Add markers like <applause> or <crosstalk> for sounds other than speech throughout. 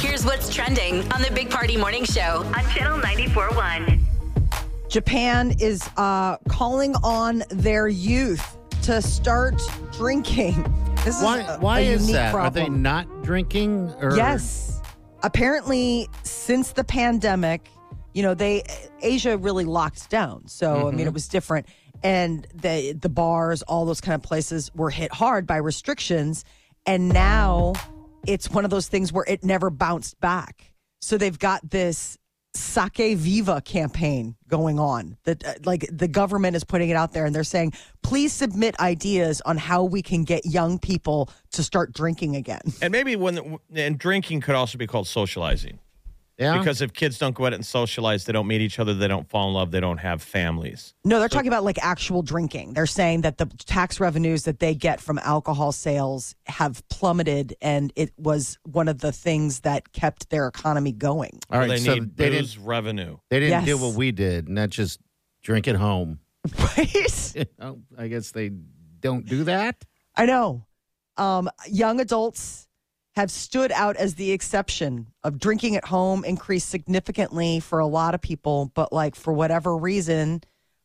Here's what's trending on the Big Party Morning Show on Channel 94.1. Japan is uh, calling on their youth to start drinking. This Why? is a, why a is unique that? Are they problem. not drinking? Or Yes. Apparently, since the pandemic, you know, they Asia really locked down. So I mean, it was different, and the the bars, all those kind of places, were hit hard by restrictions, and now it's one of those things where it never bounced back. So they've got this sake viva campaign going on that uh, like the government is putting it out there and they're saying please submit ideas on how we can get young people to start drinking again And maybe when and drinking could also be called socializing Yeah. because if kids don't go out and socialize, they don't meet each other, they don't fall in love, they don't have families. No, they're talking about like actual drinking. They're saying that the tax revenues that they get from alcohol sales have plummeted, and it was one of the things that kept their economy going. All right. they so need they booze didn't. revenue. They didn't do Yes. what we did, and that's just drink at home. <laughs> Right? oh, I guess they don't do that. I know. Um, young adults have stood out as the exception of drinking at home increased significantly for a lot of people, but like for whatever reason,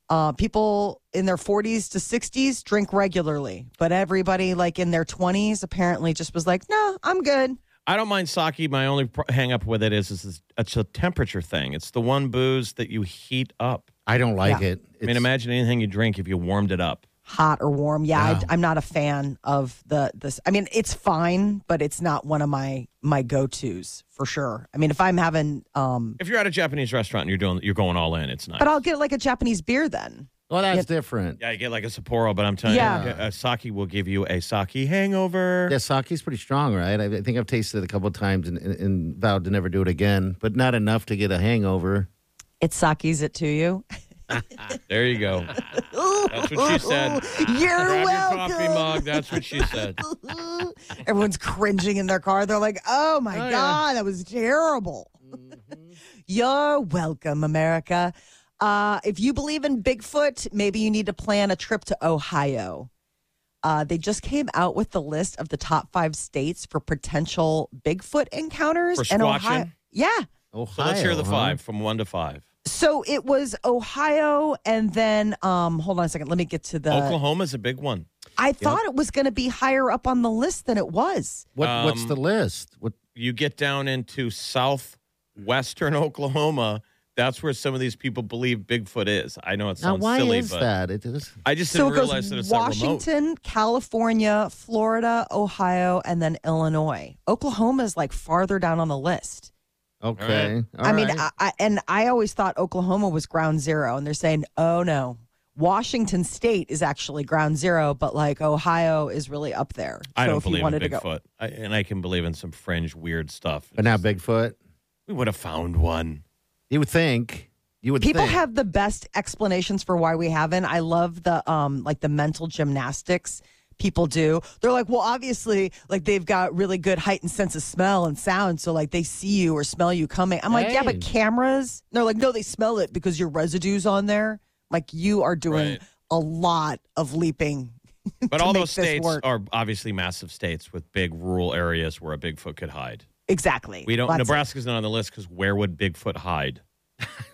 uh, people in their 40s to 60s drink regularly, but everybody like in their 20s apparently just was like, "No, I'm good." I don't mind sake. My only pro- hang up with it is, is it's- it's a temperature thing. It's the one booze that you heat up. I don't like it. I mean, It's- imagine anything you drink if you warmed it up. hot or warm. Yeah, I, am not a fan of the this. I mean, it's fine, but it's not one of my my go tos for sure. I mean, if I'm having, um, If you're at a Japanese restaurant and you're doing, you're going all in. It's nice. but I'll get like a Japanese beer then. Well, that's different. yeah, you get like a Sapporo, but I'm telling you, Yeah. a sake will give you a sake hangover. Yeah, sake's pretty strong, right? I, I think I've tasted it a couple of times and, and, and vowed to never do it again, but not enough to get a hangover. It sakis it to you. <laughs> There <laughs> you go. That's what she said. You're Grab welcome. your coffee mug. That's <laughs> what she said. Everyone's cringing in their car. They're like, "Oh my god, that was terrible." You're welcome, America. Uh, if you believe in Bigfoot, maybe you need to plan a trip to Ohio. Uh, they just came out with the list of the top five states for potential Bigfoot encounters. For and Ohio, squatching? yeah. Oh, So let's hear the five from one to five. So it was Ohio, and then um, hold on a second. Let me get to the. Oklahoma's a big one. I thought it was going to be higher up on the list than it was. What, what's Um, the list? What? You get down into southwestern <laughs> Oklahoma. That's where some of these people believe Bigfoot is. I know it Now, sounds why silly, is but that? It is. I just So didn't it goes realize that it's that remote. Washington, California, Florida, Ohio, and then Illinois. Oklahoma is like farther down on the list. Okay. All I mean, uh, right. I, I, and I always thought Oklahoma was ground zero, and they're saying, oh no, Washington State is actually ground zero, but like Ohio is really up there. I so don't if believe you in wanted to go, Bigfoot, I, and I can believe in some fringe weird stuff. but not Bigfoot. We would have found one. You would think. You would people think. have the best explanations for why we haven't. I love the um like the mental gymnastics people do. They're like, well, obviously, like they've got really good heightened sense of smell and sound, so like they see you or smell you coming. I'm like, yeah, Hey. but cameras. And they're like, no, they smell it because your residues on there. Like you are doing Right. a lot of leaping. <laughs> But to all make those this states work. are obviously massive states with big rural areas where a Bigfoot could hide. exactly. We don't. Lots of- Nebraska's not on the list because where would Bigfoot hide?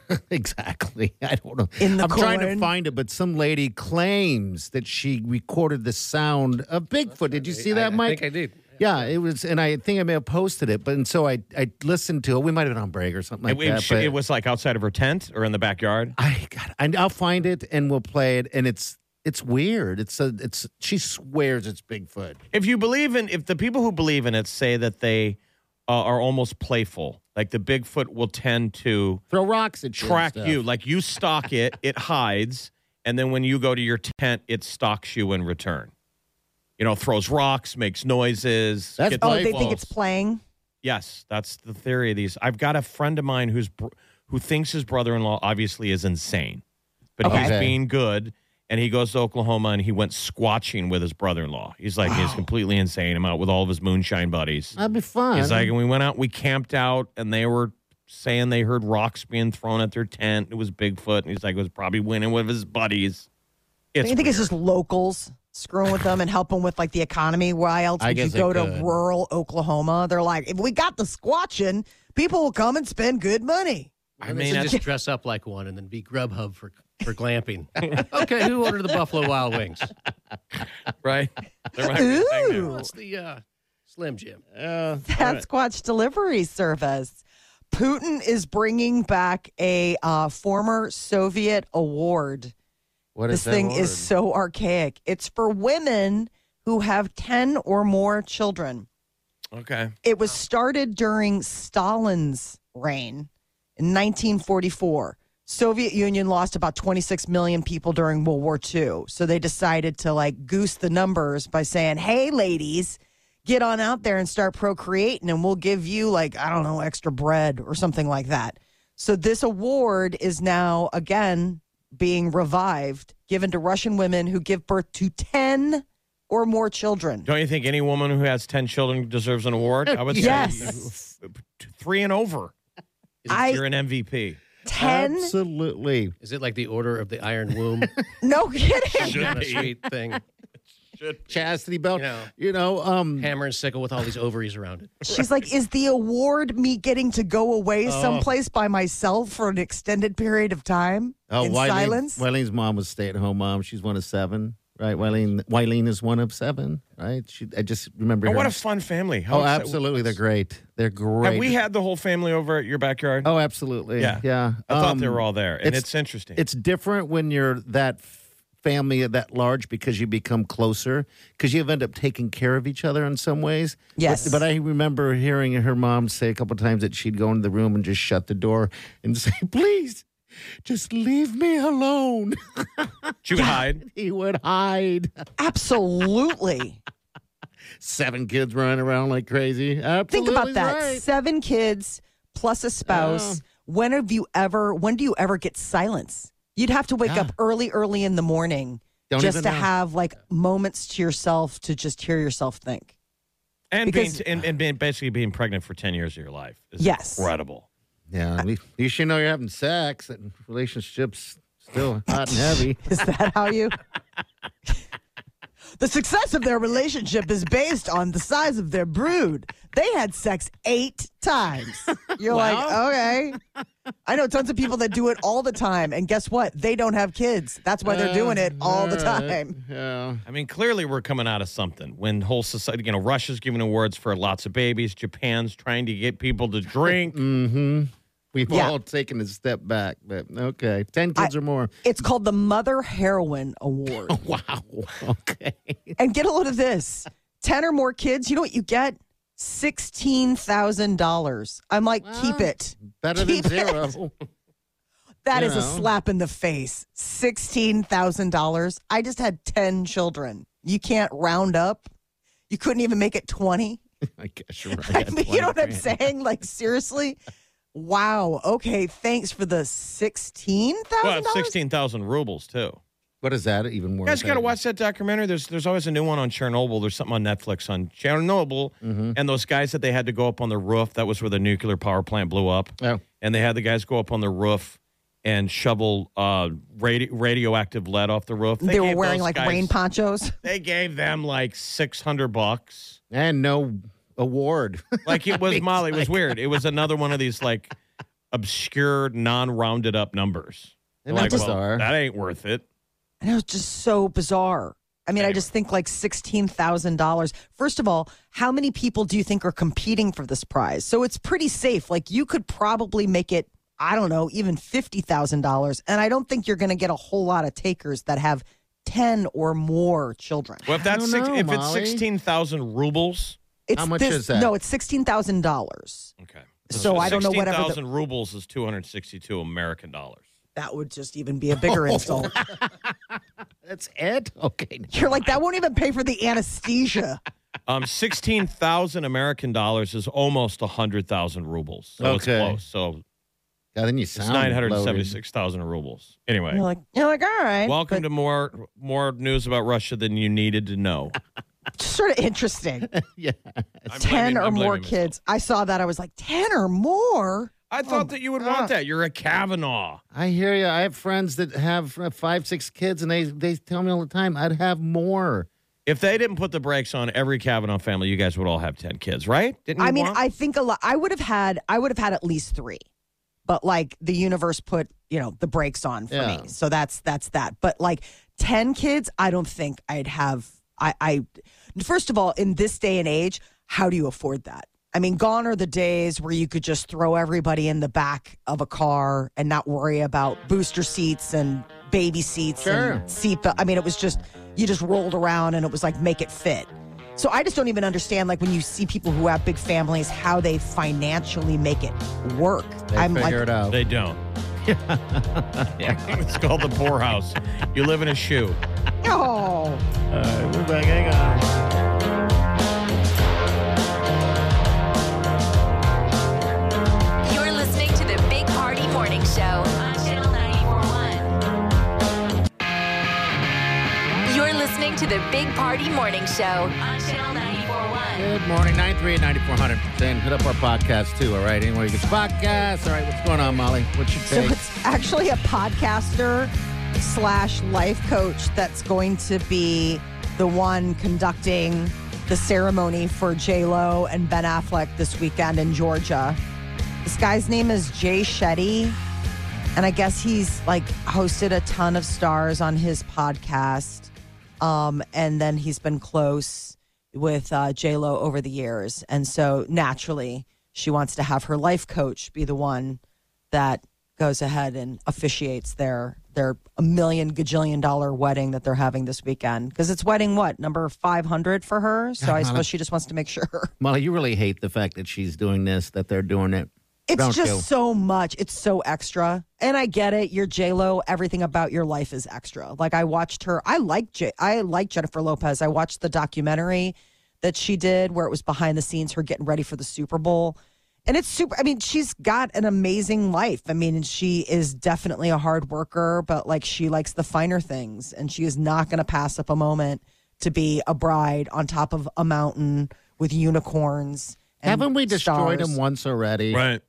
<laughs> Exactly. I don't know. In the I'm trying to corn. find it, but some lady claims that she recorded the sound of Bigfoot. Did you see that, Mike? I did. Yeah, it was, and I think I may have posted it, but and so I I listened to it. We might have been on break or something like it, it that. sh- but it was like outside of her tent or in the backyard. I God, I, I'll find it and we'll play it. And it's it's weird. It's a it's she swears it's Bigfoot. If you believe in, if the people who believe in it say that they uh, are almost playful, like the Bigfoot will tend to Throw rocks at you and track stuff. you, like you <laughs> stalk it, it hides, and then when you go to your tent, it stalks you in return. You know, throws rocks, makes noises. That's gets Oh, like they involved. think it's playing. Yes, that's the theory of these. I've got a friend of mine who's br- who thinks his brother-in-law obviously is insane, but he's Okay. being good. And he goes to Oklahoma and he went squatching with his brother-in-law. He's like he's completely insane. I'm out with all of his moonshine buddies. That'd be fun. He's like, and we went out, we camped out, and they were saying they heard rocks being thrown at their tent. It was Bigfoot, and he's like, it was probably winning with his buddies. It's Don't you think it's weird. just locals screwing with them and helping with like the economy? Why else I would you guess they go to could. rural Oklahoma? They're like, if we got the squatching, people will come and spend good money. I I mean, mean, that's- just dress up like one and then be Grubhub for for glamping. okay, who ordered the Buffalo Wild Wings? right. There might be a thing there. Ooh. What's the uh, Slim Jim? Uh, That Squatch delivery service. Putin is bringing back a uh, former Soviet award. what This that thing word? is so archaic. It's for women who have 10 or more children. Okay. It was started during Stalin's reign in 1944. Soviet Union lost about 26 million people during World War II. So they decided to like goose the numbers by saying, "Hey ladies, get on out there and start procreating and we'll give you like I don't know, extra bread or something like that." So this award is now again being revived, given to Russian women who give birth to 10 or more children. Don't you think any woman who has 10 children deserves an award? I would Yes. say three and over. I- You're an MVP. 10 Absolutely. Is it like the Order of the Iron <laughs> Womb? No kidding. Some kind of sweet thing. Chastity belt. You know. You know, um, Hammer and sickle with all these ovaries around it. She's like, is the award me getting to go away Oh. someplace by myself for an extended period of time in Wileen- silence? Wileen's oh, mom was stay at home mom. She's one of seven, right? Wileen, Wileen is one of seven, right? She, I just remember. Oh, her. what a fun family. oh, How exci- absolutely. They're great. They're great. Have we had the whole family over at your backyard? Oh, absolutely. Yeah. Yeah. I thought Um, they were all there. And it's, it's- interesting. It's different when you're that f- family that large because you become closer because you end up taking care of each other in some ways. Yes. But, but I remember hearing her mom say a couple times that she'd go into the room and just shut the door and <laughs> say, "Please, just leave me alone." <laughs> she would hide. he would hide. <laughs> Absolutely. Seven kids running around like crazy. Think Absolutely about that. right. Seven kids plus a spouse. When have you ever when do you ever get silence? You'd have to wake Yeah. up early, early in the morning Don't just even to know. have like moments to yourself to just hear yourself think. And, Because- being, and, and being, basically being pregnant for 10 years of your life is Yes. incredible. Yeah. At least- at least you know you're having sex and relationships still hot and heavy. <laughs> Is that how you The success of their relationship is based on the size of their brood. They had sex eight times. You're like, okay. I know tons of people that do it all the time. And guess what? They don't have kids. That's why they're doing it all the Alright. time. Yeah. I mean, clearly we're coming out of something when whole society, you know, Russia's giving awards for lots of babies, Japan's trying to get people <laughs> to drink. Mm-hmm. We've Yeah. all taken a step back, but okay, ten I- kids or more. <laughs> It's called the Mother Heroin Award. Wow. Okay. And get a load of this 10 or more kids, you know what you get? $16,000. I'm like, Um, keep it. Better than Keep it. zero. <laughs> That You is know. a slap in the face. $16,000. I just had 10 children. You can't round up. You couldn't even make it <laughs> 20. I guess you're right. I mean, <laughs> you know what I'm saying? Like, seriously? Wow. Okay. Thanks for the $16,000. Well, it's 16,000 rubles, too. What is that even more? You guys got to than- watch that documentary. There's there's always a new one on Chernobyl. There's something on Netflix on Chernobyl, Mm-hmm. and those guys that they had to go up on the roof. That was where the nuclear power plant blew up, Oh, and they had the guys go up on the roof and shovel uh, radi- radioactive lead off the roof. They were gave wearing those like guys- rain ponchos. They gave them like six hundred bucks. and no award. <laughs> Like it was Molly. It was weird. It was another one of these like obscure, non-rounded up numbers. They're Like, not well, bizarre. that ain't worth it. And it was just so bizarre. I mean, I just think like $16,000. First of all, how many people do you think are competing for this prize? So it's pretty safe. Like you could probably make it, I don't know, even $50,000. And I don't think you're going to get a whole lot of takers that have 10 or more children. Well, if that's don't six, know, if it's Molly. sixteen thousand rubles. It's much this, is that? No, it's $16,000. Okay. So I don't know whatever the- 16,000 rubles is 262 American dollars. That would just even be a <laughs> bigger insult. That's it. Okay. You're like, that won't even pay for the anesthesia. Um, sixteen thousand American dollars is almost hundred thousand rubles. So it's Okay. close. So God, then you it's sound nine hundred loaded. seventy-six thousand rubles. Anyway, You're like, you're like, all right. welcome to more more news about Russia than you needed to know. but sort of interesting. Yeah. I'm Ten blaming- or I'm more blaming myself. kids. I saw that. I was like, ten or more. I thought that you would want that. You're a Kavanaugh. I hear you. I have friends that have uh, five, six kids, and they, they tell me all the time, I'd have more. If they didn't put the brakes on every Kavanaugh family, you guys would all have ten kids, right? Didn't you I mean, want- I think a lot. I would have had. I would have had at least three, but like the universe put you know the brakes on for Yeah. me. So that's that's that. But like ten kids, I don't think I'd have. I, I first of all, in this day and age, how do you afford that? I mean, gone are the days where you could just throw everybody in the back of a car and not worry about booster seats and baby seats Sure. and seatbelt. I mean, it was just you just rolled around and it was like make it fit. So I just don't even understand like when you see people who have big families how they financially make it work. They I'm figure like it out. They don't. <laughs> it's called the poorhouse. You live in a shoe. no. You're listening to the Big Party Morning Show on Channel 941. You're listening to the Big Party Morning Show on Channel 941. Good morning, 938-9400. And hit up our podcast, too, all right? Anywhere you get your podcasts. All right, what's going on, Molly? What's your So take? it's actually a podcaster slash life coach that's going to be the one conducting the ceremony for J Lo and Ben Affleck this weekend in Georgia. This guy's name is Jay Shetty, and I guess he's like hosted a ton of stars on his podcast, um, and then he's been close with uh, J Lo over the years, and so naturally she wants to have her life coach be the one that goes ahead and officiates their their a million gajillion dollar wedding that they're having this weekend because it's wedding what number 500 for her so i suppose she just wants to make sure Molly, you really hate the fact that she's doing this, that they're doing it. it's Don't just you? so much it's so extra and i get it you're j-lo everything about your life is extra like i watched her i like j i like jennifer lopez i watched the documentary that she did where it was behind the scenes her getting ready for the super bowl and it's super i mean she's got an amazing life i mean she is definitely a hard worker but like she likes the finer things and she is not going to pass up a moment to be a bride on top of a mountain with unicorns and Haven't we destroyed stars. them once <laughs> already? Right.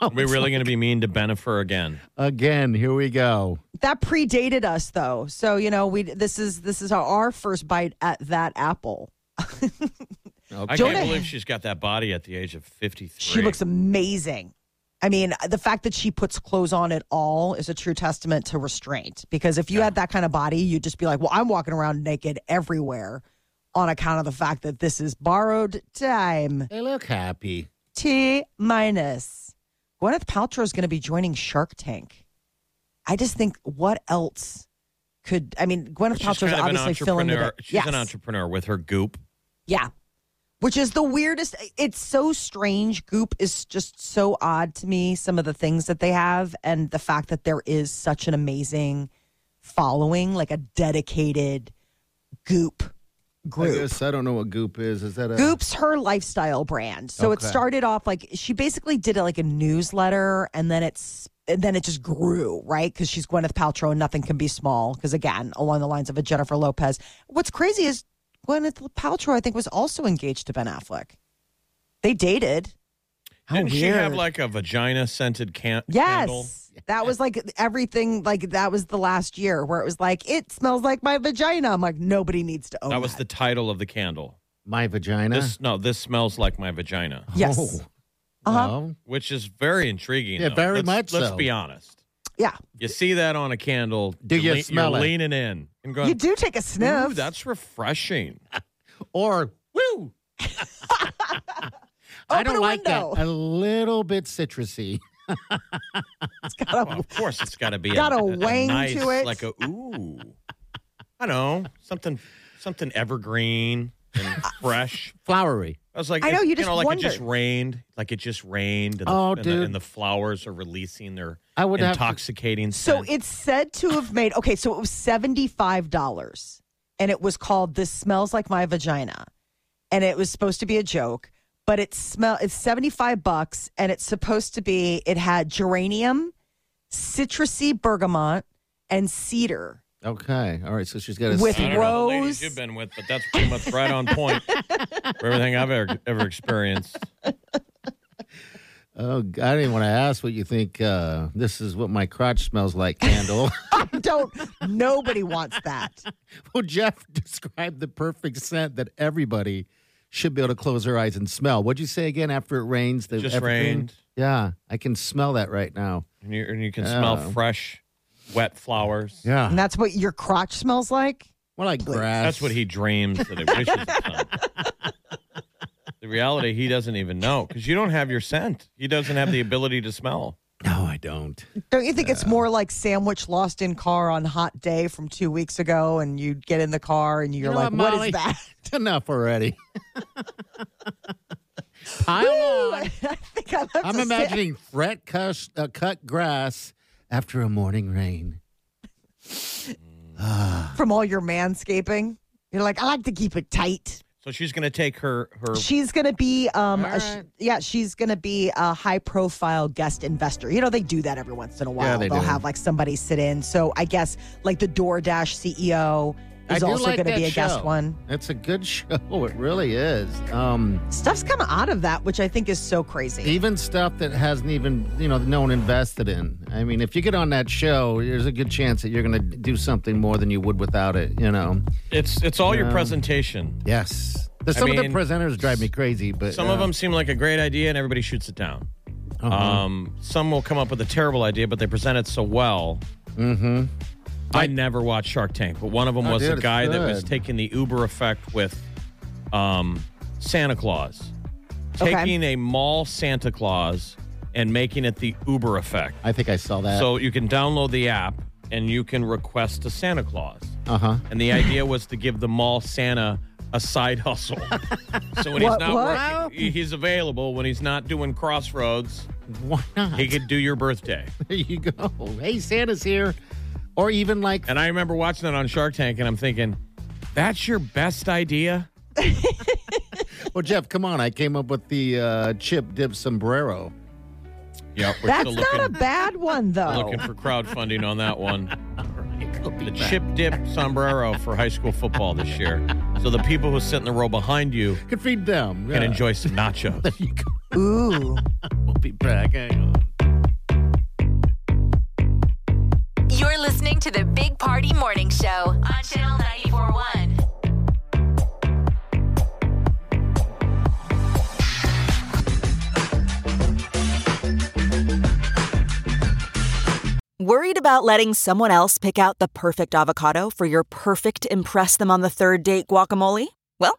Are we really going to be mean to Benifer again? Again, here we go. that predated us though so you know we this is this is our first bite at that apple I Don't can't I- believe she's got that body at the age of 53. she looks amazing i mean the fact that she puts clothes on at all is a true testament to restraint because if you had that kind of body you'd just be like well i'm walking around naked everywhere on account of the fact that this is borrowed time They look happy. T minus. Gwyneth Paltrow is going to be joining Shark Tank. I just think what else could I mean Gwyneth She's Paltrow is kind of an obviously filling the entrepreneur. void. She's yes. an entrepreneur with her goop. Yeah. Which is the weirdest. It's so strange. Goop is just so odd to me, some of the things that they have, and the fact that there is such an amazing following, like a dedicated goop I group. guess I don't know what goop is. Is that a Goop's her lifestyle brand. So it Okay. started off like she basically did it like a newsletter and then it's and then it just grew, right? Because she's Gwyneth Paltrow and nothing can be small. Because again, along the lines of a Jennifer Lopez. What's crazy is Gwyneth Paltrow, I think, was also engaged to Ben Affleck. They dated. How Didn't weird. she have like a vagina scented can- candle? yes. That was like everything, like that was the last year where it was like, it smells like my vagina. I'm like, nobody needs to own That was the title of the candle. my vagina? This no, this smells like my vagina, Yes. Oh, Uh-huh. well, which is very intriguing. Yeah, though. very let's, much Let's so. be honest. Yeah. You see that on a candle. Do you you're smell you're it? leaning in and going, You do take a Ooh, sniff. that's refreshing. Or woo. I Open don't a like window. that. A little bit citrusy. Well, of course, it's got <laughs> to be Got a a wang nice, to it. like a ooh. I know something, something evergreen <laughs> and fresh. Flowery. I was like, I know, if- you you just know, like it just wondered. rained, like it just rained, and, Oh, the, and, the, dude. and the flowers are releasing their I would have to- intoxicating So scent. it's said to have made okay. So it was seventy five dollars, and it was called "This Smells Like My Vagina," and it was supposed to be a joke, but it smell it's 75 bucks and it's supposed to be it had geranium, citrusy bergamot, and cedar. Okay. All right. So she's got a With- I don't know the Rose. ladies you've been with, but that's pretty much right on point for everything I've ever, ever experienced. Oh, I didn't even want to ask what you think. Uh, this is what my crotch smells like. Candle. Don't nobody wants that. well, Jeff described the perfect scent that everybody should be able to close their eyes and smell. What'd you say again? After it rains, the Just evergreen? rained. Yeah, I can smell that right now. And you, and you can smell Yeah. fresh, wet flowers. And Yeah, that's what your crotch smells like? more like grass. That's what he dreams that he wishes upon. the reality, he doesn't even know because you don't have your scent. He doesn't have the ability to smell. No, I don't. Don't you think it's more like sandwich lost in car on hot day from two weeks ago, and you get in the car and you're know like, what, "What Molly? is that?" <laughs> Enough already. Pile on. I <laughs> think I'm, I'm imagining fret cuss, uh, cut grass after a morning rain. from all your manscaping. You're like, I like to keep it tight. So she's going to take her her. She's gonna be, um, a sh- All right. yeah, she's gonna be a high-profile guest investor. You know, they do that every once in a while. they will do. have like somebody sit in. So I guess like the DoorDash CEO I is do also like gonna that be a guest show. one. It's a good <laughs> show. It really is. Um, Stuff's come out of that, which I think is so crazy. even stuff that hasn't even you know no one invested in i mean if you get on that show there's a good chance that you're going to do something more than you would without it you know It's it's all your presentation. yes There's some of mean, the presenters drive me crazy but uh, Some of them seem like a great idea, and everybody shoots it down. Uh-huh. Um, some will come up with a terrible idea, but they present it so well. Mm-hmm. I never watched Shark Tank, but one of them Oh, was dude, a it's guy that was good. taking the Uber effect with um, Santa Claus, taking a mall Santa Claus and making it the Uber effect. i think i saw that So you can download the app and you can request a Santa Claus. uh-huh And the idea was to give the mall Santa a side <laughs> hustle. so when he's What- not what? working, he- he's available. When he's not doing crossroads, why not he could do your birthday. there you go <laughs> hey santa's here or even like And I remember watching that on Shark Tank and I'm thinking, that's your best idea? well oh, jeff come on i came up with the uh, chip dip sombrero Yep, we're That's still looking, not a bad one though. looking for crowdfunding on <laughs> that one. The chip dip sombrero for high school football this year. So the people who sit in the row behind you could feed them can yeah. enjoy some nachos. there you go Ooh. we'll be back hang on You're listening to the Big Party Morning Show on Channel 941. Worried about letting someone else pick out the perfect avocado for your perfect Impress Them on the Third Date guacamole? Well,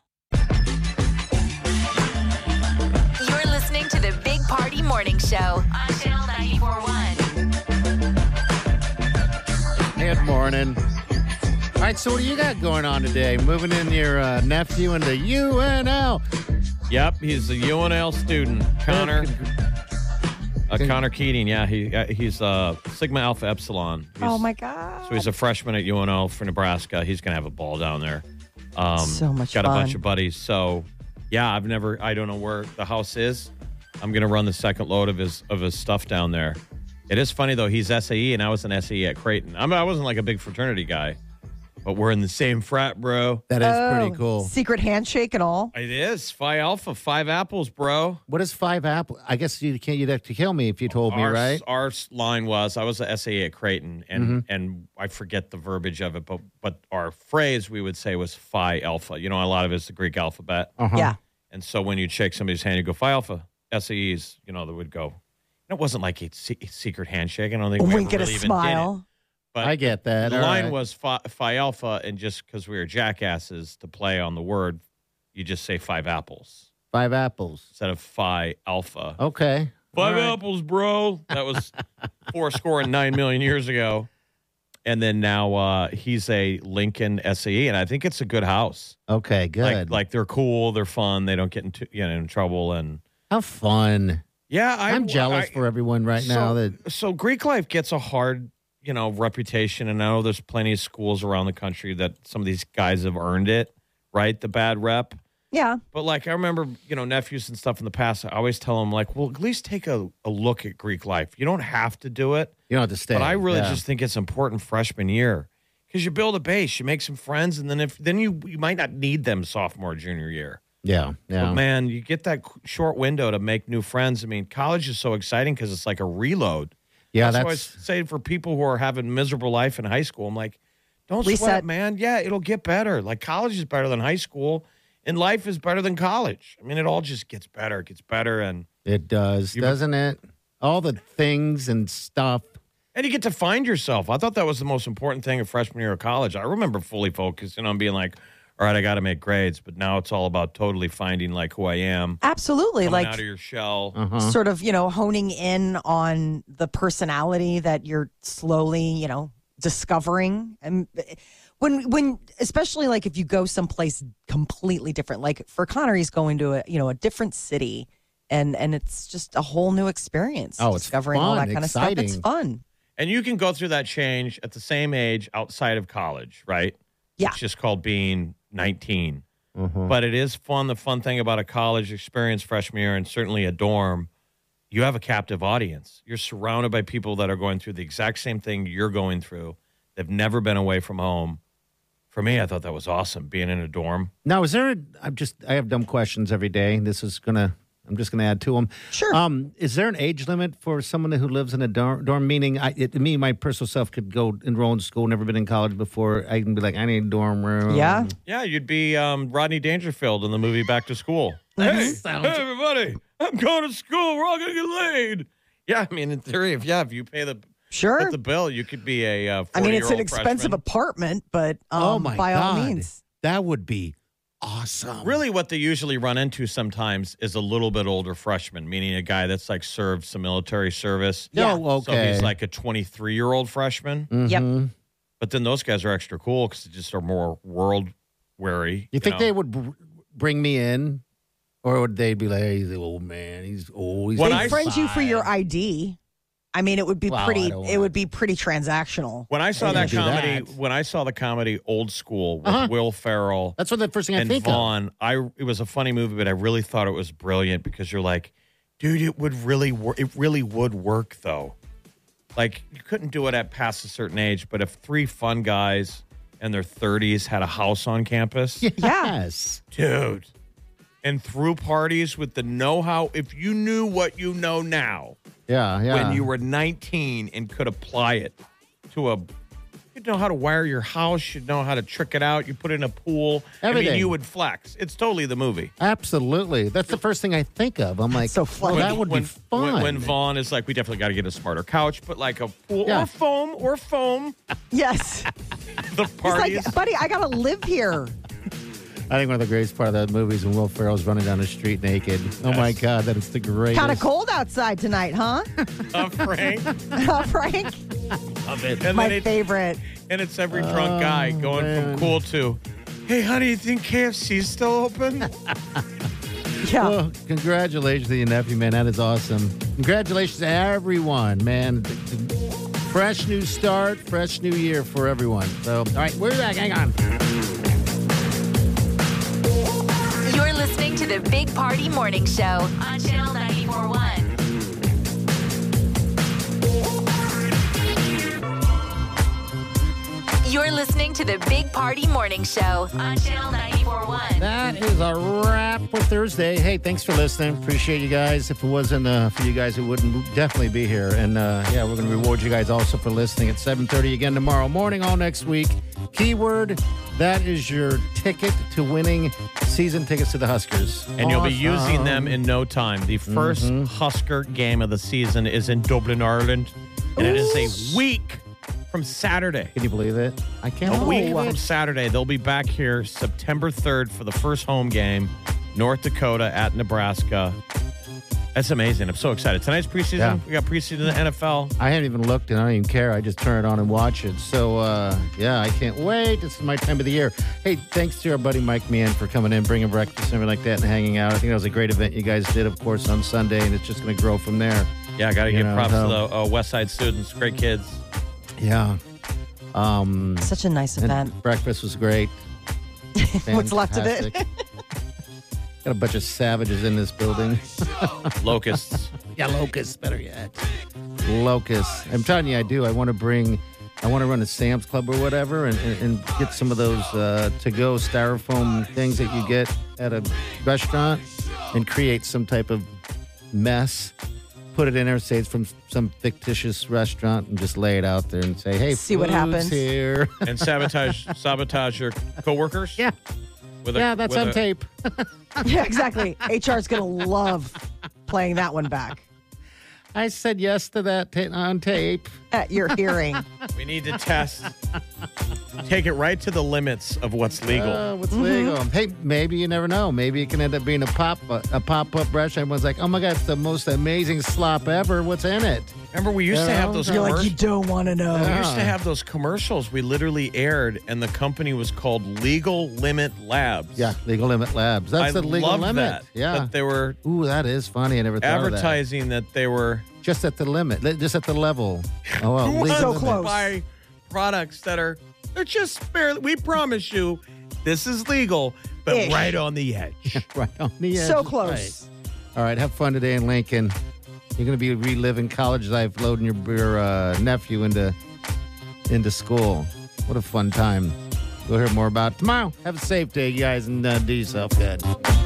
You're listening to the Big Party Morning Show on Channel 941. Good morning. All right, so what do you got going on today? Moving in your uh, nephew into UNL. Yep, he's a UNL student, Connor. Uh, Connor Keating, yeah, he uh, he's uh, Sigma Alpha Epsilon. He's- Oh my god. So he's a freshman at UNL for Nebraska. He's gonna have a ball down there. Um, So much Got a bunch fun. of buddies. So, yeah, I've never. I don't know where the house is. I'm gonna run the second load of his of his stuff down there. It is funny though. He's SAE, and I was an SAE at Creighton. I mean, I wasn't like a big fraternity guy, but we're in the same frat, bro. That is Oh, pretty cool. Secret handshake and all. It is Phi Alpha, five apples, bro. What is five apple? I guess you can't. You'd have to kill me if you told me, our, right? Mm-hmm. Our s- line was I was a SAE at Creighton, and and I forget the verbiage of it, but but our phrase we would say was Phi Alpha. You know, a lot of it's the Greek alphabet, Uh-huh. Yeah. and so when you'd shake somebody's hand, you go Phi Alpha. SAEs, you know, that would go. And it wasn't like a se- secret handshake. I don't think A we wink and ever a really even did it. smile. But I get that. the All line right. was Phi, Phi Alpha, and just because we were jackasses to play on the word you just say five apples Five apples. instead of phi alpha. Okay. Five All right. apples, bro. <laughs> That was four score and nine million years ago. And then now uh, he's a Lincoln SAE, and I think it's a good house. Okay, good. Like, like they're cool, they're fun, they don't get into you know in trouble, and How fun. yeah, I, I, am jealous I- for everyone right now that so Greek life gets a hard, you know, reputation, and I know there's plenty of schools around the country that some of these guys have earned it, right? The bad rep. Yeah. But like I remember, you know, nephews and stuff in the past, I always tell them like, well, at least take a, a look at Greek life. You don't have to do it, you don't have to stay. but I really Yeah. just think it's important freshman year because you build a base, you make some friends, and then if then you you might not need them sophomore junior year. Yeah. Yeah. But man, you get that short window to make new friends. I mean, college is so exciting because it's like a reload yeah, that's, that's what I was saying for people who are having miserable life in high school. I'm like, don't sweat, it, Reset. man. Yeah, it'll get better. Like college is better than high school, and life is better than college. I mean, it all just gets better. It gets better, and it does, You- doesn't it? All the things and stuff. and you get to find yourself. I thought that was the most important thing of freshman year of college. I remember fully focusing on being like, all right, I got to make grades, but now it's all about totally finding like who I am, Absolutely. coming like out of your shell. Uh-huh. sort of, you know, honing in on the personality that you're slowly, you know, discovering. And when, when, especially like if you go someplace completely different, like for Connor, he's going to a, you know, a different city and, and it's just a whole new experience. Oh, it's discovering all fun, that kind of stuff. exciting. It's fun. And you can go through that change at the same age outside of college, right? Yeah. It's just called being 19. Mhm. But it is fun. The fun thing about a college experience freshman year and certainly a dorm, you have a captive audience. You're surrounded by people that are going through the exact same thing you're going through. They've never been away from home. For me, I thought that was awesome being in a dorm. Now, is there? A, I'm just. I have dumb questions every day. This is gonna. I'm just gonna add to them. Sure. Um, is there an age limit for someone who lives in a dorm? dorm meaning, I, it, me, my personal self could go enroll in school, never been in college before. I can be like, I need a dorm room. Yeah. Yeah, you'd be um, Rodney Dangerfield in the movie Back to School. hey, Sounds- hey, everybody, I'm going to school. We're all going to get laid. Yeah, I mean, in theory, if yeah, if you pay the Sure. put the bill, you could be a. Uh, I mean, it's an 40-year-old expensive freshman. apartment, but um, oh my by god! all means. that would be awesome. Really, what they usually run into sometimes is a little bit older freshman, meaning a guy that's like served some military service. No. So Okay. he's like a 23 year old freshman. Yep. Mhm. But then those guys are extra cool because they just are more world wary. You think know? they would br- bring me in, or would they be like, hey, "He's an old man. He's old." He's When They I- friend you for your ID. I mean, it would be Well, I pretty. don't It wanna- would be pretty transactional. When I saw They that do that. comedy, when I saw the comedy Old School with Uh-huh. Will Ferrell That's what the first thing I and think of. Vaughn, I it was a funny movie, but I really thought it was brilliant because you're like, dude, it would really work. It really would work though. Like you couldn't do it at past a certain age, but if three fun guys in their 30s had a house on campus, Yes. dude, and threw parties with the know-how, if you knew what you know now Yeah. Yeah. when you were 19 and could apply it to a you'd know how to wire your house you'd know how to trick it out you put it in a pool i Everything. mean you would flex it's totally the movie Absolutely. That's the first thing I think of. I'm like, so well, funny. Oh, that would when, be fun. when, when vaughn is like we definitely got to get a smarter couch but like a pool Yeah. or foam or foam Yes. the <laughs> He's parties like, buddy, I gotta live <laughs> here. I think one of the greatest part of that movie is when Will Ferrell's running down the street naked. Oh my God, that is the greatest. Kind of cold outside tonight, <laughs> huh? Uh, uh, frank Frank, love it and, then my it, favorite. and it's every drunk guy going Oh, man. from cool to hey honey you think kfc's still open Yeah. Well, Oh, congratulations to your nephew, man. That is awesome. Congratulations to everyone, man. Fresh new start, fresh new year for everyone. So, all right, we're back. Hang on. You're listening to the Big Party Morning Show on Channel 941. You're listening to the Big Party Morning Show on Channel 941. That is a wrap for Thursday. Hey, thanks for listening. Appreciate you guys. If it wasn't uh, for you guys, it wouldn't definitely be here. And uh, yeah, we're going to reward you guys also for listening at 7:30 again tomorrow morning, all next week. Keyword: that is your ticket to winning season tickets to the Huskers. And you'll be using Awesome. Mm-hmm. them in no time. The 1st Husker game of the season is in Dublin, Ireland, and it is a week from Saturday. Can you believe it? I can't A week believe from it. Saturday, they'll be back here September 3rd for the first home game, North Dakota at Nebraska. That's amazing. I'm so excited. Tonight's preseason. Yeah. We got preseason in the NFL. I haven't even looked and I don't even care. I just turn it on and watch it. So, uh, yeah, I can't wait. This is my time of the year. Hey, thanks to our buddy Mike Meehan for coming in, bringing breakfast and everything like that and hanging out. I think that was a great event you guys did, of course, on Sunday, and it's just going to grow from there. Yeah, I got to You give know, props to so- the uh, West Side students. Great kids. Yeah. Um, Such a nice and event. breakfast was great. What's left of it? Fantastic. Got a bunch of savages in this building. <laughs> Locusts. Yeah, locusts, better yet. locusts. I'm telling you, I do. I want to bring, I want to run a Sam's Club or whatever and, and, and get some of those uh, to go styrofoam things that you get at a restaurant and create some type of mess. Put it in there, say it's from some fictitious restaurant, and just lay it out there and say, "Hey, See what food's happens. here." and sabotage sabotage your coworkers. yeah, with a- yeah, that's with on a- tape. <laughs> Yeah, exactly. HR is going to love playing that one back I said yes to that ta- on tape. at your hearing. We need to test. Take it right to the limits of what's legal. Uh, what's legal? Hey, maybe you never know. Maybe it can end up being a pop a pop up restaurant. Everyone's like, "Oh my god, it's the most amazing slop ever. What's in it?" Remember, we used to have those. <laughs> You're like, you commercials- don't want to know. We used to have those commercials we literally aired, and the company was called Legal Limit Labs. Yeah, Legal Limit Labs. That's I the legal loved limit. that. yeah. That they were Ooh, that is funny. I never thought of advertising that they that. were Just at the limit, li- just at the level. Oh, wow. Who legal wants So limit. to close. buy products that are they're just barely. We promise you, this is legal, but Ish. right on the edge. Right on the edge. so close. All right, have fun today in Lincoln. You're going to be reliving college life, loading your, your uh, nephew into into school. What a fun time. We'll hear more about it tomorrow. Have a safe day, you guys, and uh, do yourself good.